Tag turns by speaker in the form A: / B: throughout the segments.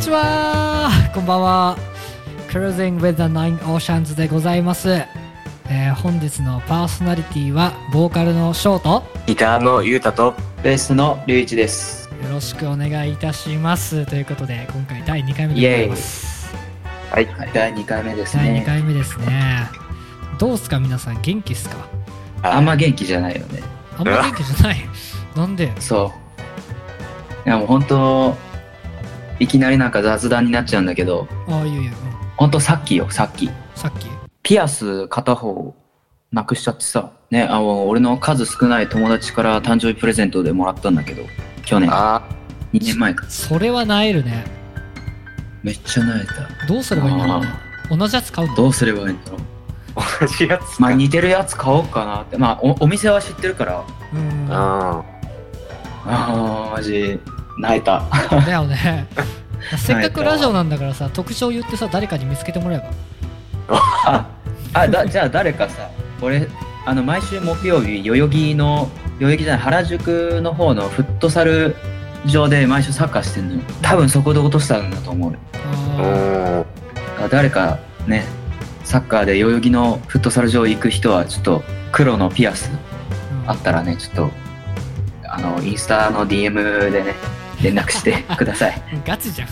A: ちはこんばんは Cruising with the Nine Oceans でございます、えー本日のパーソナリティはボーカルのショート
B: ギターのゆうたと
C: ベースの龍一です。
A: よろしくお願いいたしますということで今回第2回目でございます
B: はい
C: はい、第2回目です
A: 第2
C: ね。
A: 回目ですねどうっすか皆さん元気っすか
C: あんま元気じゃないよね。
A: あんま元気じゃないなんで
C: そう。いやもう本当、いきなりなんか雑談になっちゃうんだけど、
A: ああいやいや、
C: 本当さっきよ、さっき。
A: うん、さっき
C: ピアス片方なくしちゃってさ、ね、あの俺の数少ない友達から誕生日プレゼントでもらったんだけど、去年、2
B: あ
C: 年前か。
A: それはなえるね
C: めっちゃ泣いた。
A: どうすればいいんだろうね同じやつ買うの
C: どうすればいいんだろう。
B: ー同じやつ
C: まあ似てるやつ買おうかなって。まあおお店は知ってるから、
A: うん
B: あ
C: ああ、マジ、泣いた。
A: だよ ねせっかくラジオなんだからさ特徴言ってさ誰かに見つけてもらえば
C: あ、あだじゃあ誰かさ、俺、あの、毎週木曜日、代々木の、代々木じゃない、原宿の方のフットサル場で毎週サッカーしてんのよ。多分そこで落としたんだと思うよ。
B: う
A: あ
B: んうん
C: あ誰かね、サッカーで代々木のフットサル場行く人は、ちょっと黒のピアス
A: ー
C: あったらね、ちょっと、あの、インスタの DM でね、連絡 してください。
A: うんガチじゃん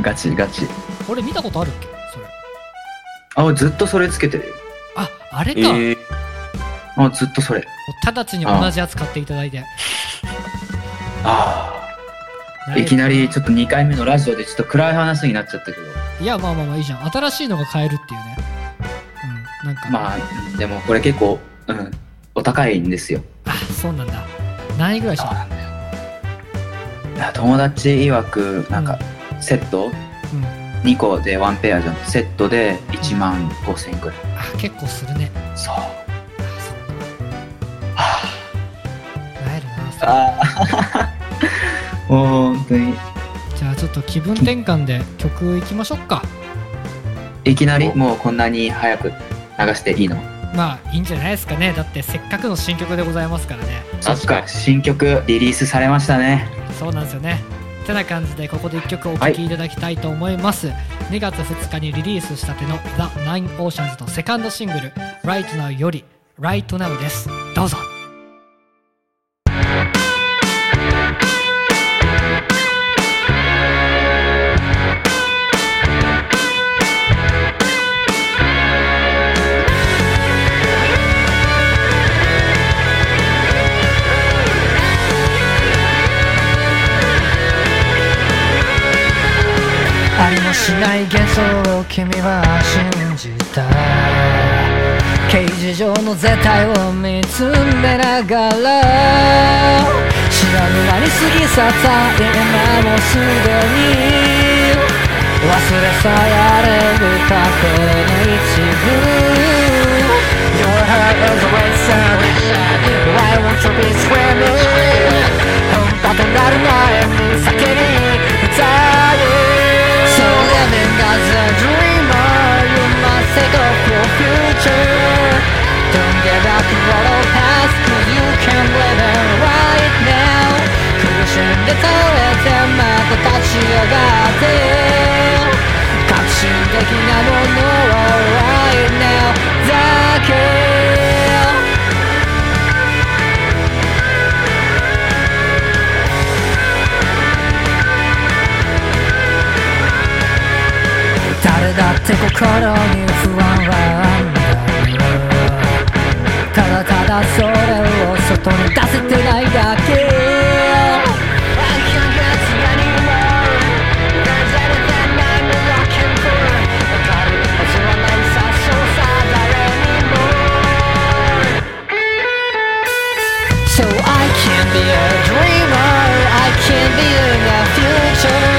C: ガチガチ。
A: 俺見たことあるっけそれ
C: あ、俺ずっとそれつけてるよ。
A: ああれ
B: え
A: か、もう
B: ー
C: あ、ずっとそれ。
A: 直ちに同じやつ買っていただいて
C: ああ。いきなりちょっと2回目のラジオでちょっと暗い話になっちゃったけど
A: いやまあまあまあいいじゃん新しいのが買えるっていうねうんなんか
C: まあでもこれ結構、うん、お高いんですよ
A: あそうなんだ何位ぐらいした
C: なんだよいや友達曰くなんかセット
A: うん
C: 2個で1ペアじゃんセットで1万5000円くらい
A: あ結構するね
C: そう
A: あそっかなえるなそれ
C: ああ もう本当に
A: じゃあちょっと気分転換で曲いきましょうか
C: いきなりもうこんなに早く流していいの
A: まあいいんじゃないですかねだってせっかくの新曲でございますからね
C: そっ
B: 確か
C: か
B: に
C: 新曲リリースされましたね
A: そうなんですよねてな感じでここで1曲お聴きいただきたいと思います、2月2日にリリースしたての The Nine Oceans のセカンドシングル「Right Now」より「Right Now」ですどうぞありもしない幻想を君は信じた刑事上の絶対を見つめながら知らぬ間に過ぎ去った今もすでに忘れさえあれる過去の一部 Your heart is a waste of I want to be swimming 本場となる前に先に歌う So living as a dreamer You must take off your future Don't give up what all past Cause you can live it right now 苦しんで倒れてまた立ち上がって革新的なものを Right now だけ誰だって心に不安はあんだよただただそれを外に出せてないだけ
D: I can't get anymore. There's anything I'm looking for. I got it. I feel I'm not so sad anymore. So I can be a dreamer. I can be in the future.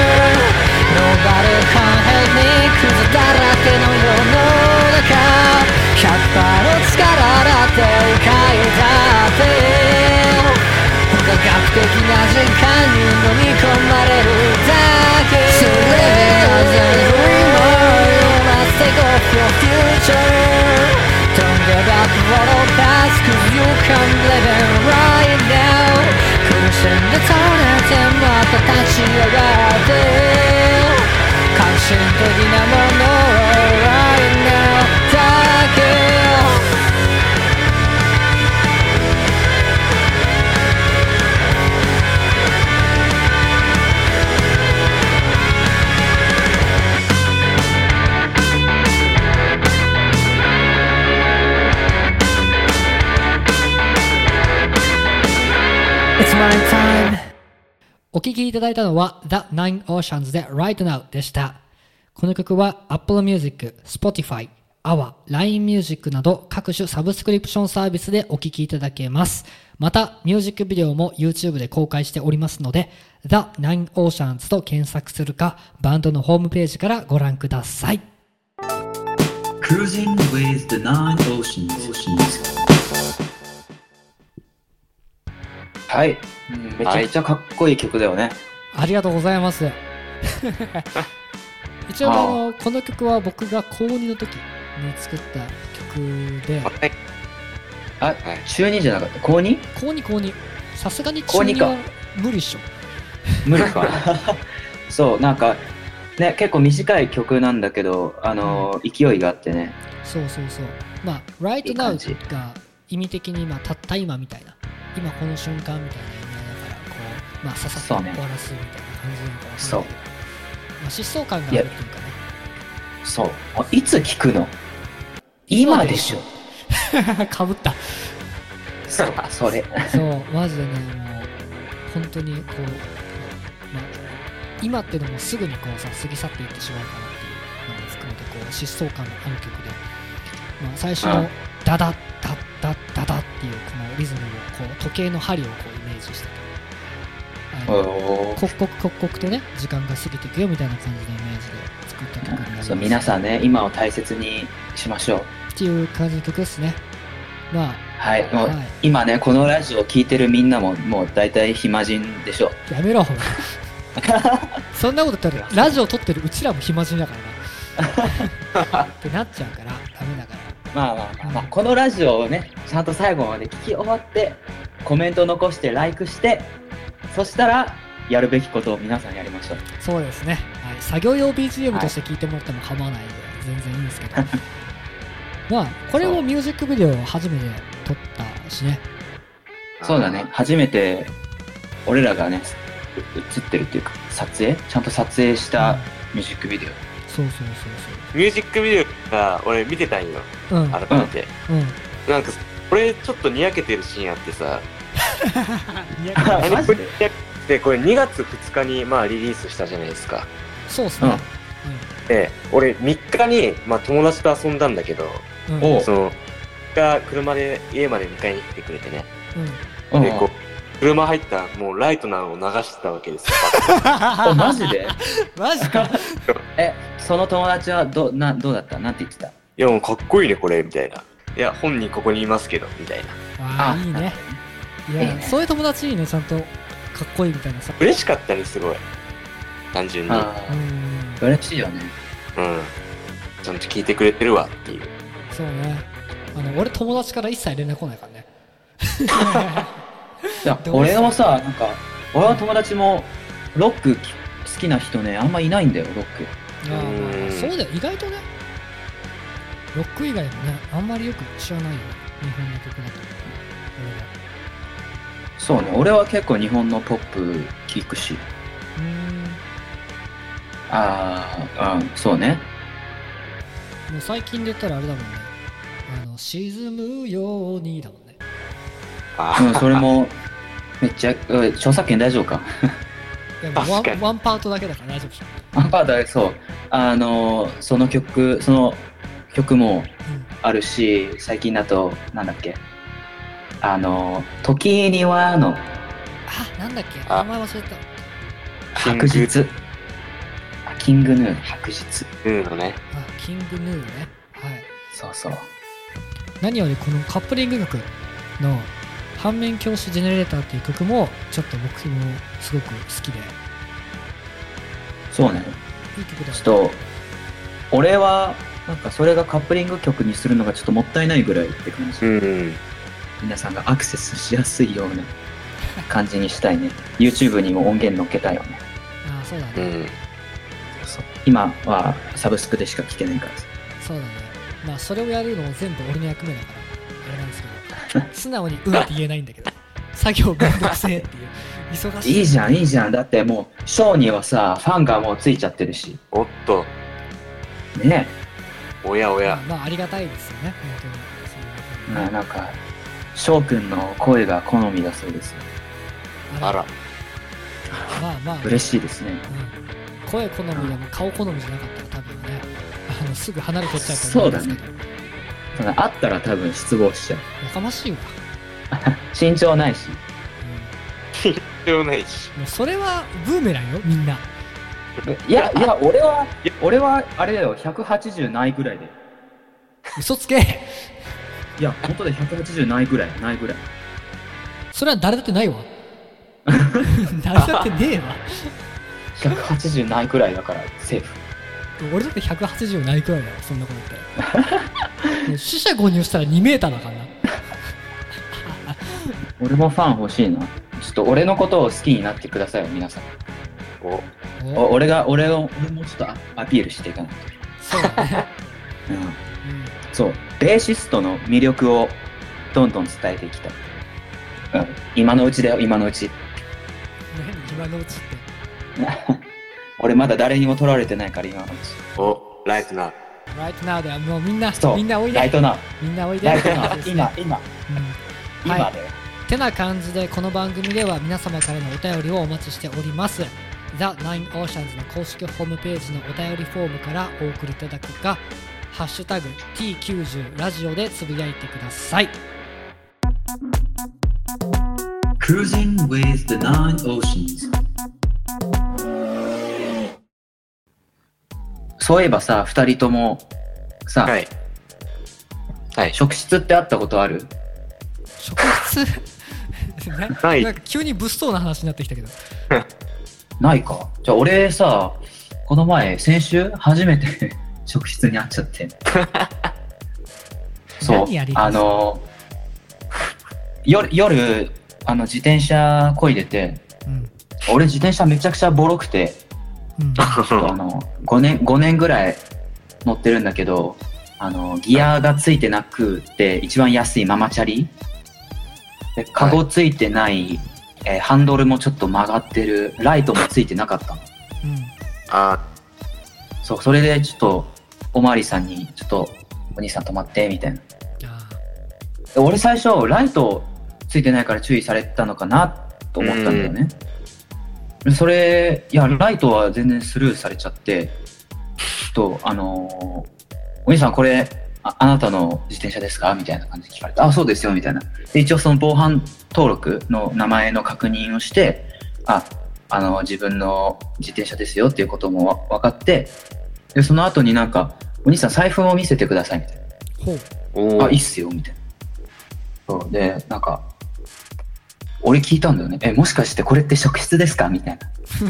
D: Nobody can help me 'cause the dark in the world. 100%の力だって迂回だって科学的な時間に飲み込まれるだけ So living as a dreamer You must take off your future Don't give up what all has Cause you can live it right now 苦しんで倒れてまた立ち上がって革新的なものを Right now だけ So It's my time
A: お聴きいただいたのは The Nine Oceans で Right Now でした。この曲は Apple Music、Spotify、AWA、LINE Music など各種サブスクリプションサービスでお聴きいただけます。また、ミュージックビデオも YouTube で公開しておりますので、The Nine Oceans と検索するか、バンドのホームページからご覧ください。
C: Cruising with the nine oceans. はい、うんめちゃくちゃかっこいい曲だよね。
A: ありがとうございます。 一応あの、この曲は僕が高2の時に作った曲で、
B: はい。
C: あ、
B: はい
C: 中2じゃなかった。高 2?
A: 高2高2。さすがに中
C: 高二
A: 2
C: か
A: は無理っしょ。
C: 無理か。 そう、なんか、ね、結構短い曲なんだけど、あのー勢いがあってね。
A: そうそうそう。まあ、
C: い
A: right
C: い感じ
A: now が意味的に、まあ、たった今みたいな、今この瞬間みたいな意味合いだから、こう、まあ、ささっと
C: そう
A: 終
C: ね
A: わらすみたいな感じなのかな。
C: そう
A: まあ、疾走感があるっていう かね。
C: そう。あいつ聞くの今でしょ。
A: かぶった。
C: そう、 それ。
A: そう、マジでね、もう、本当にこう、まあ、今ってのもすぐにこうさ、過ぎ去っていってしまうかなっていうのも含めて、こう、疾走感のある曲で、まあ、最初
C: うん
A: の、ダダッダッダッダダッっていうこのリズムを、こう、時計の針をこう、イメージして、あの
C: おー
A: 刻々刻々とね、時間が過ぎていくよみたいな感じのイメージで作った曲になります。
C: そう皆さんね、今を大切にしましょう。
A: っていう感じの曲ですね。ま
C: はい、
A: あ、
C: もう、
A: は
C: 今ね、このラジオを聞いてるみんなも、もう大体暇人でしょう。
A: い、やめろ、ほら。 そんなこと言ったらラジオ撮ってるうちらも暇人だ からなってなっちゃうからダメだか
C: まあまあまあ、まあ、このラジオをね、ちゃんと最後まで聞き終わって、コメント残して、ライクして、そしたら、やるべきことを皆さんやりましょう。
A: らそうですね、はい、作業用 BGM として聞いてもらっても構わないんで全然いいん ですけどまあこれもミュージックビデオを初めて撮ったしね
C: そうだね、初めて、俺らがね、映ってるっていうか、撮影ちゃんと撮影したミュージックビデオ。
A: そうそうそう
B: ミュージックビデオが俺見てたんよ、
A: そううん
B: 改めて。
A: うん
B: なんか、これちょっとにやけてるシーンあってさ、
C: あマジで
B: で、これ2月2日にまあリリースしたじゃないですか。
A: そうっすね、
C: うん
B: で、俺3日にまあ友達と遊んだんだけど、
A: うんうん
C: おう
B: その、が車で家まで迎えに来てくれてね。
C: うん
B: で、こう、車入ったらもうライトなのを流してたわけですよ。
C: おマジで
A: マジ か
C: え、その友達はど、な、どうだったなんて言ってた
B: いや、もうかっこいいね、これ、みたいな。いや、本人ここにいますけど、みたいな。
A: ああいいねいや
C: いいね
A: そういう友達いいねちゃんとかっこいいみたいなさ
B: 嬉しかったね、すごい。単純に。うん。
C: あ
A: う
C: ー
A: ん
C: 嬉しいよね。
B: ちゃんと聞いてくれてるわっていう。
A: そうねあの俺友達から一切連絡来ないから ね
C: いや
A: どうし
C: 俺
A: た
C: もさなんか俺の友達もロックき好きな人ねあんまいないんだよロック
A: いやーま
B: う
A: あ
B: ん
A: そうだよ意外とねロック以外もねあんまりよく知らないよね日本の曲だと
C: そうね俺は結構日本のポップ聴くし
A: 俺はう
C: ああうんそうね
A: ーんもう最近で言ったらあれだもんねあの沈むようにだもんね
B: あ
C: うんそれ もめっちゃうん著作権大丈夫か
A: いやもうワ
B: 確か
A: ン
B: に
A: ワンパートだけだから大丈夫でしょ、
C: アンパーだそうあのーその曲その曲もあるし最近だとなんだっけあのー「時には」の
A: あなんだっけ
B: あ
A: 名前忘れた
C: 白
B: キン
C: 日あキングヌーの白日
B: うんのね。
A: あキングヌーねはい
C: そうそう
A: 何よりこのカップリング曲の反面教師ジェネレーターっていう曲もちょっと僕もすごく好きで
C: そうね
A: いい曲だよね
C: ちょっと、俺は、なんかそれがカップリング曲にするのがちょっともったいないぐらいって感じ。
B: うん。
C: 皆さんがアクセスしやすいような感じにしたいね。YouTube にも音源乗っけたいよね。
A: ああそうだね、
B: うん。
C: 今はサブスクでしか聴けないからさ。
A: そうだねまあそれをやるのも全部俺の役目だからあれなんですけど素直に「うん」って言えないんだ けど作業めんどくせえっていう忙しい
C: いいじゃん、いいじゃん。だってもう、ショーにはさ、ファンがもうついちゃってるし。
B: おっと、
C: ね
B: おやお
A: まあ
B: や。
A: まあありがたいですよね本
C: え。まあなんか、ショーくんの声が好みだそうですよ。
A: 当
B: あら。
A: まあまあ、うん、
C: 嬉しいですね。
A: 声好みでも顔好みじゃなかったら多分ねあのすぐ離れてっちゃうと
C: そ
A: 思うん
C: う
A: です
C: だ
A: け
C: ね
A: ど、。
C: ただ、あったら多分失望しちゃう。
A: やかましいわ、
C: 身長ないし。
B: 必要ないし。
A: うん、もうそれはブーメランよみんない
C: や、いや、俺は、俺は、あれだよ、180ないぐらいで。
A: 嘘つけ
C: いや、本当で180ないぐらい、ないぐらい。
A: それは誰だってないわ 誰だってねえわ
C: 180ないぐらいだから、セーフ。
A: 俺だって180ないくらいだよそんなこと言ったら死者誤入したら2メーターだからな
C: 俺もファン欲しいな。ちょっと俺のことを好きになってくださいよ、皆さん。
B: お、
A: お
C: お俺が、俺を、俺もちょっとアアピールしていかない
A: そうだね、
C: と。うん。
A: うん
C: そう、ベーシストの魅力をどんどん伝えていきたい。うん、今のうちだよ、今のうち。
A: 何今のうちって
C: 俺まだ誰にも取られてないから、今のうち。
B: お、ライトな。
A: Right now ではもうみんな
C: そう、
A: みんなおい
C: ライ
A: で
C: トな、
A: みんなおいで
C: ライトな、
A: うん
C: 今、今、今
A: はい
C: だよ。
A: てな感じでこの番組では皆様からのお便りをお待ちしております。ザ・ナイン・オーシャンズの公式ホームページのお便りフォームからお送りいただくか、ハッシュタグ T90 ラジオでつぶやいてください。
C: Cruising with the Nine Oceans そういえばさ、二人とも さ、
B: はい。はい。
C: 職質ってあったことある
A: 職質 な
B: はい
A: なんか急に物騒な話になってきたけど。
C: ないか。じゃあ俺さ、この前、先週初めて 職質に会っちゃ って。そう
A: 何やり、ます
C: あの、夜、夜、あの、自転車こいでて、
A: うん。
C: 俺自転車めちゃくちゃボロくて、
A: うん。
C: あの、5年、5年ぐらい乗ってるんだけど、あの、ギアがついてなくて、一番安いママチャリ。で、カゴついてない、えーハンドルもちょっと曲がってる、ライトもついてなかったの。
A: うん
B: あ、
C: そう、それでちょっと、おまわりさんに、ちょっと、お兄さん止まって、みたいな。
A: あ
C: で俺最初、ライトついてないから注意されたのかな、と思ったんだよね。でそれ、いや、ライトは全然スルーされちゃって、ちょっと、あのーお兄さんこれ、ああなたの自転車ですかみたいな感じで聞かれて、あ、そうですよ、みたいな。で、一応その防犯登録の名前の確認をして、あ、あの、自分の自転車ですよっていうこともわ分かって、で、その後になんか、お兄さん財布を見せてください、みたいな。
A: ーほう。
B: お
C: あ、いいっすよ、みたいな。そう。で、なんか、俺聞いたんだよね。え、もしかしてこれって職質ですかみたい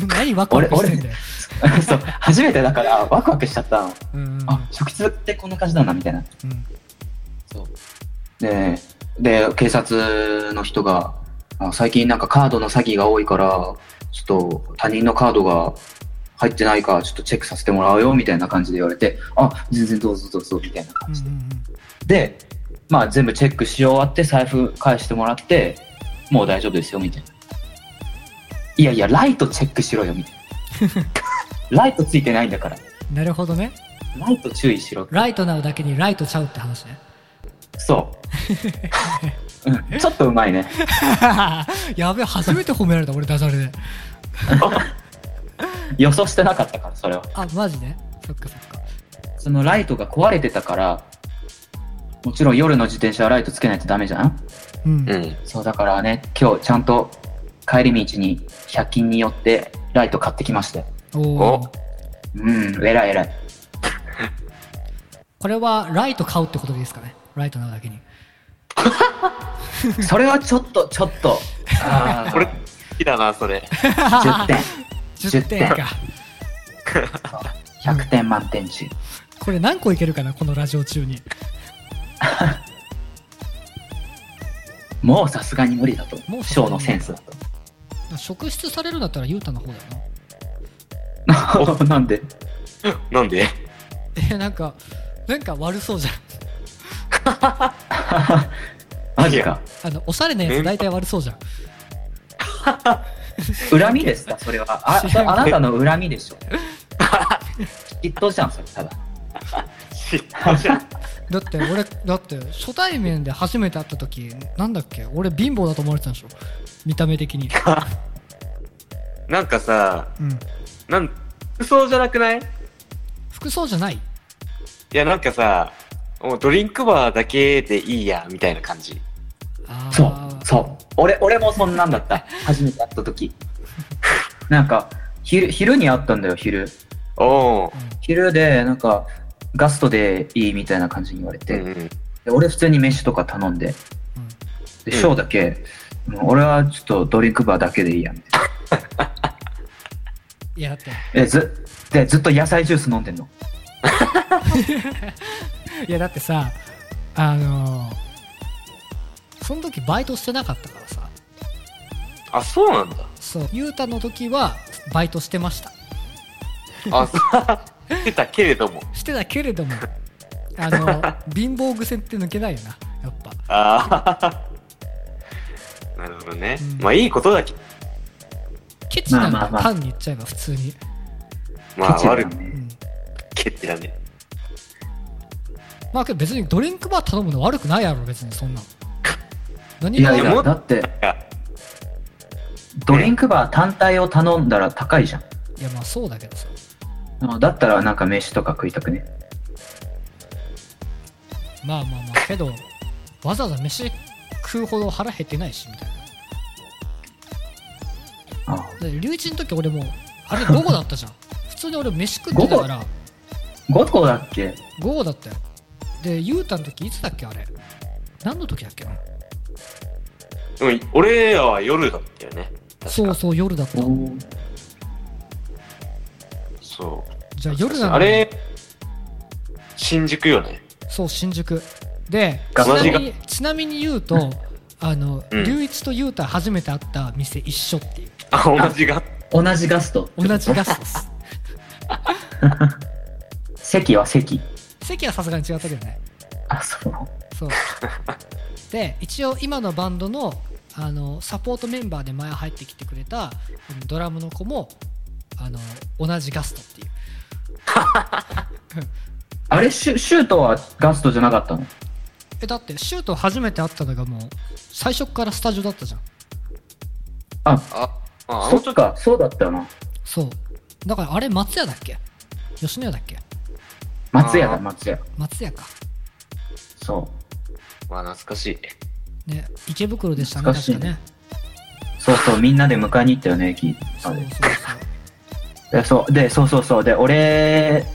A: 何ワクワクしてんだよ。
C: な。 そう。初めてだから、ワクワクしちゃったの。
A: うんうんうん。
C: あ、職質ってこんな感じなんだ、みたいな。
A: うん
C: そう。で、で、警察の人が、あ最近なんかカードの詐欺が多いから、ちょっと他人のカードが入ってないか、ちょっとチェックさせてもらうよ、みたいな感じで言われて、あ、全然どうぞどうぞ、みたいな
A: う
C: 感
A: ん
C: じ
A: う
C: で。
A: んうん
C: で、まあ、全部チェックし終わって財布返してもらってもう大丈夫ですよみたいないやいやライトチェックしろよみたいなライトついてないんだから
A: なるほどね。
C: ライト注意しろ
A: ライトなうだけにライトちゃうって話ね。
C: そううんちょっとうまいね
A: やべえ、初めて褒められた、俺、ダジャレで。
C: 予想してなかったからそれは
A: あ、マジでそっかそっか。
C: そのライトが壊れてたからもちろん夜の自転車はライトつけないとダメじゃん
A: うん。
B: う。
A: うん
C: そうだからね今日ちゃんと帰り道に100均に寄ってライト買ってきましたよ
A: おー
C: うん偉い偉い
A: これは、ライト買うってことでいいですかね。ライトなうだけに。
C: それはちょっと、ちょっと。あー
B: これ、好きだな、それ。
C: 10点。
A: 10点か。
C: 100点満点中。
A: これ何個いけるかな、このラジオ中に。
C: もうさすがに無理だと。
A: もうさ
C: シ
A: すが
C: ョ
A: に
C: ーのセンスだと。
A: 職質されるんだったら、ゆうたの方だよな。
C: なんで
B: なんで
A: え、なんか、なんか悪そうじゃん。
C: マジか。
A: あの、おしゃれなやつ大体悪そうじゃん。
C: 恨みですかそれは。あ、 それあなたの恨みでしょ。嫉妬じゃん、それ、ただ。
B: 嫉妬じゃん。
A: だって俺だって初対面で初めて会った時なんだっけ俺貧乏だと思われてたんでしょ見た目的に
B: なんかさ、
A: うん
B: なん、服装じゃなくないい
A: 服装じゃない
B: や、なんかさ、もうドリンクバーだけでいいや、みたいな感じ。
A: あー
C: そう、そう。俺、俺もそんなんだった。初めて会った時。 なんか、昼、昼に会ったんだよ、昼。
B: おー。
C: 昼で、なんか、ガストでいいみたいな感じに言われて。
B: うんうん。
C: で俺、普通に飯とか頼んで。
A: うん
C: で、ショーだけ、もう俺はちょっとドリンクバーだけでいいや、みたい
A: いやだって
C: な。え、ず、で、ずっと野菜ジュース飲んでんの。
A: いやだってさあのーその時バイトしてなかったからさ
B: あ、そうなんだ。
A: そうゆうたの時はバイトしてました
B: あ、そう。してたけれども。
A: してたけれどもあ の貧乏癖って抜けないよなやっぱ
B: ああ。 なるほどね。
A: うん
B: まあ、いいことだけど、
A: ケチなん
C: まあま
A: だ
C: あまあ
A: 単に言っちゃえば普通に、
B: まあ、
C: ケチだ
B: 悪
C: よ
A: う
C: ね
A: ん、
B: けってだね。
A: まあけど別にドリンクバー頼むの悪くないやろ別にそんなの何
C: い
A: が
C: やい
A: 悪い
B: も
C: や、だって、
B: いや、
C: ドリンクバー単体を頼んだら高いじゃん。
A: いやまあそうだけどさ
C: だったらなんか飯とか食いたくね。
A: まあまあまあけどわざわざ飯食うほど腹減ってないしみたいな
C: ああ
A: で留置の時俺もうあれ午後だったじゃん 普通に俺飯食ってたから
C: 5個だっけ
A: 午後だったよでゆうたの時いつだっけあれ何の時だっけな
B: でも、俺らは夜だったよね。
A: そうそう夜だった
C: おー
B: そう。
A: じゃあ夜なの
B: あれ、新宿よね。
A: そう新宿でち
C: ガ
A: な
B: ス
A: みにちなみに言う とあの、
B: うん
A: 龍一と雄太初めて会った店一緒っていう
B: あ、同じが。
C: 同じガスト。
A: 同じガスです
C: 席は席。
A: 席はさすがに違ったけどね
C: あ、そう。
A: そうで一応今のバンドのあのサポートメンバーで前入ってきてくれたあのドラムの子もあの同じガストっていう
C: あれ、シュシュートはガストじゃなかったの
A: えだってシュート初めて会ったのがもう最初っからスタジオだったじゃん
B: あ、あ、あの
C: そっ
B: 時、
C: か、そうだったよな。
A: そうだからあれ松屋だっけ吉野家だっけ
C: 松屋
B: あ
C: だ、
B: ー
C: 松屋。
A: 松屋か
C: そ
B: まあ、懐かしい。
A: ね池袋でしたね
C: 懐かし
A: 確
C: い
A: かね
C: う。そうそう、みんなで迎えに行ったよね、駅
A: そ
C: ま
A: うそうそう
C: で。で、そう、で、そうそうそう。で、俺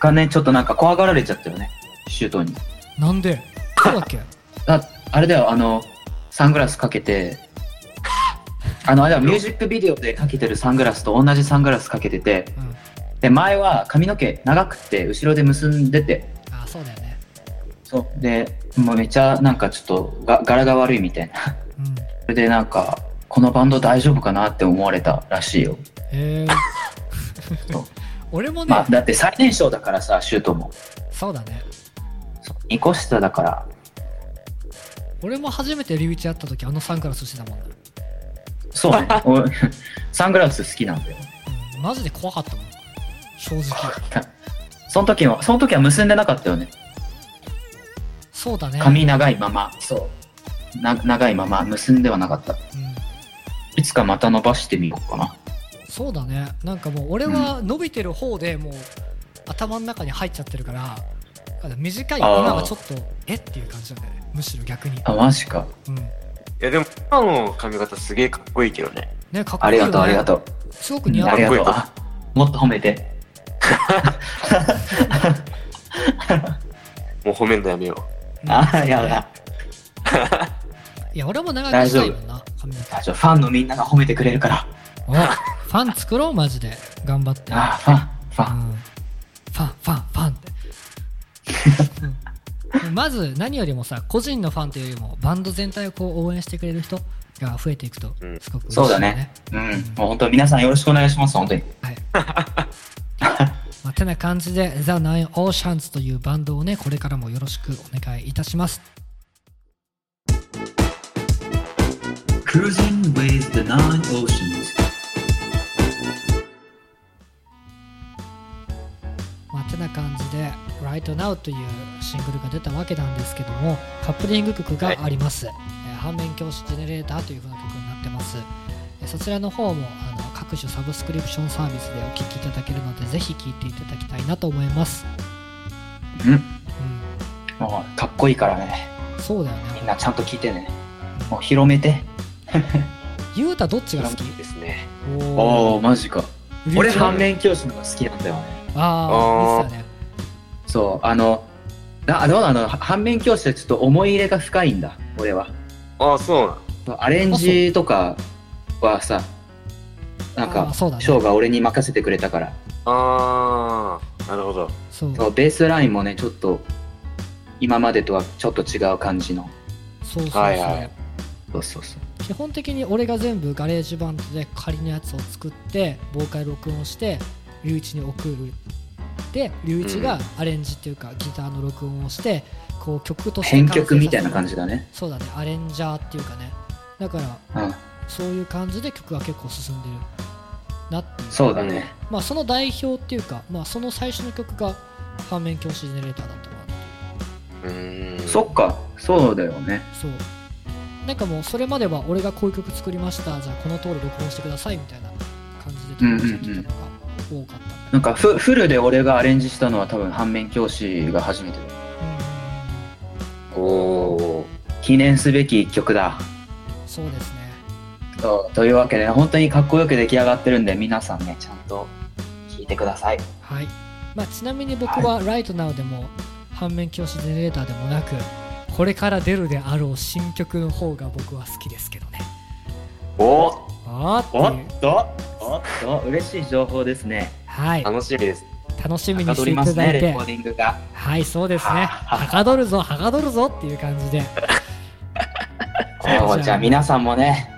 C: がね、ちょっとなんか怖がられちゃったよね、シュートに。
A: なんでそうだっけ
C: あ、あれだよ、あの、サングラスかけて、あの、あれはミュージックビデオでかけてるサングラスと同じサングラスかけてて、
A: うん
C: で、前は髪の毛長くて、後ろで結んでて、
A: あそうだよね
C: そう。で、もうめちゃなんかちょっとが柄が悪いみたいな。
A: うん
C: それでなんか、このバンド大丈夫かなって思われたらしいよ。
A: えー
C: そう
A: 俺もね、
C: まあ、だって最年少だからさ、シュートも。
A: そうだね
C: 2個下だから。
A: 俺も初めてリュウイチ会った時あのサングラスしてたもんね、
C: そう ね。俺サングラス好きなんだよ。
A: うん、マジで怖かったもん正直
C: その時は、その時は結んでなかったよね。
A: そうだね
C: 髪長いまま。そう。な長いまま結んではなかった。
A: うん、
C: いつかまた伸ばしてみようかな。
A: そうだねなんかもう俺は伸びてる方でもう頭の中に入っちゃってるからあの短い今はちょっとえっていう感じなんだよねむしろ逆に
C: あ、マジか。
A: うん
B: いや、でも、今の髪型すげえかっこいいけどね。
A: ねかっこ
C: あ
A: いいよ、
C: り
A: ね、
C: がとう、ありがとう。
A: うすごく似合
C: あ
A: う
C: りがと
B: か
C: う
B: っこいいか。
C: もっと褒めて。
B: もう褒めんのやめよ
A: うん
C: あ、やだ。
A: いや俺も長くしたいもんな髪 の毛
C: 大丈夫。ファンのみんなが褒めてくれるから。
A: おいファン作ろうマジで頑張って
C: あ、ファン、ファ
A: う
C: ン。
A: んファンファンファンって うんまず何よりもさ個人のファンというよりもバンド全体をこう応援してくれる人が増えていくと
B: うん
A: すごく嬉しい、ね
C: そうだね。うん。もう本当、皆さんよろしくお願いします、本当に。
A: はい。まあ、てな感じで The Nine Oceans というバンドをねこれからもよろしくお願いいたします
C: Cruising with the Nine Oceans。
A: まあ、てな感じで「Right Now」というシングルが出たわけなんですけどもカップリング曲があります「えー反面教師ジェネレーター」という風な曲になってますえーそちらの方もあの各種サブスクリプションサービスでお聴きいただけるのでぜひ聴いていただきたいなと思います、
C: うん。
A: う
C: もう、かっこいいからね。
A: ん、そうだよね
C: みんなちゃんと聞いてね。もう広めて。
A: ゆうたどっち
B: ブ
A: が
B: ラン
A: 好
B: キ
A: き
B: ーですね。
A: おー
C: おー、マジか。
A: リ
C: 俺、
A: ーチは
C: 反面教師の方が好きなんだよね。
A: ああ見てたね
C: そう、あの、あどうなの反面教師はちょっと思い入れが深いんだ、俺は。
B: ああ、そうなん。
C: アレンジとかはさ、なん
A: あー
C: か、
A: そうだね
C: ショーが俺に任せてくれたから、
B: ああ、なるほど。
A: そう
C: そうベースラインもね、ちょっと、今までとはちょっと違う感じの。
A: そうそうそう、
B: はいはい
C: そうそうそう。
A: 基本的に俺が全部ガレージバンドで仮のやつを作ってボーカル録音して龍一に送るで龍一がアレンジっていうかギターの録音をしてこう曲として
C: 編曲みたいな感
A: じ
C: じだね。
A: そうだねアレンジャーっていうかねだから
C: うん。
A: そういう感じで曲が結構進んでるなっていう
C: そうだね。
A: まあその代表っていうかまあその最初の曲が反面教師ジェネレーターだったかな
B: うーん。
C: そっか、そうだよね。
A: そうなんかもうそれまでは俺がこういう曲作りましたじゃあこの通り録音してくださいみたいな感じで登録してきたのが多かったんだ
C: なんかフ、フルで俺がアレンジしたのは多分反面教師が初めてだ。
A: うん
B: おお
C: 記念すべき一曲だ。
A: そうですね
C: そうというわけで本当にかっこよく出来上がってるんで皆さんねちゃんと聞いてください
A: はい、まあ、ちなみに僕は「ライトナウでも反面教師ジェネレーターでもなくこれから出るであろう新曲の方が僕は好きですけどね
B: ー。おー
A: あーっていう
C: とおっと嬉しい情報ですね
A: はい
B: 楽しみです。
A: 楽しみ
C: 高
A: にして
C: 取り
A: い
C: ま
A: た
C: す
A: だ
C: ね
A: いて
C: レコーディングが
A: はいそうですね
C: は
A: はかどるぞはかどるぞっていう感じ で
C: そうじゃあ皆さんも ね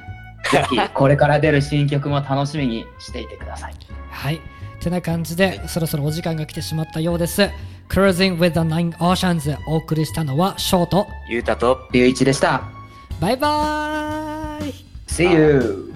C: ぜひこれから出る新曲も楽しみにしていてください
A: はい。てな感じで、そろそろお時間が来てしまったようです。Cruising with the Nine Oceans お送りしたのはショート。
B: ゆうたと。
C: 龍一でした
A: バイバーイ
C: See you!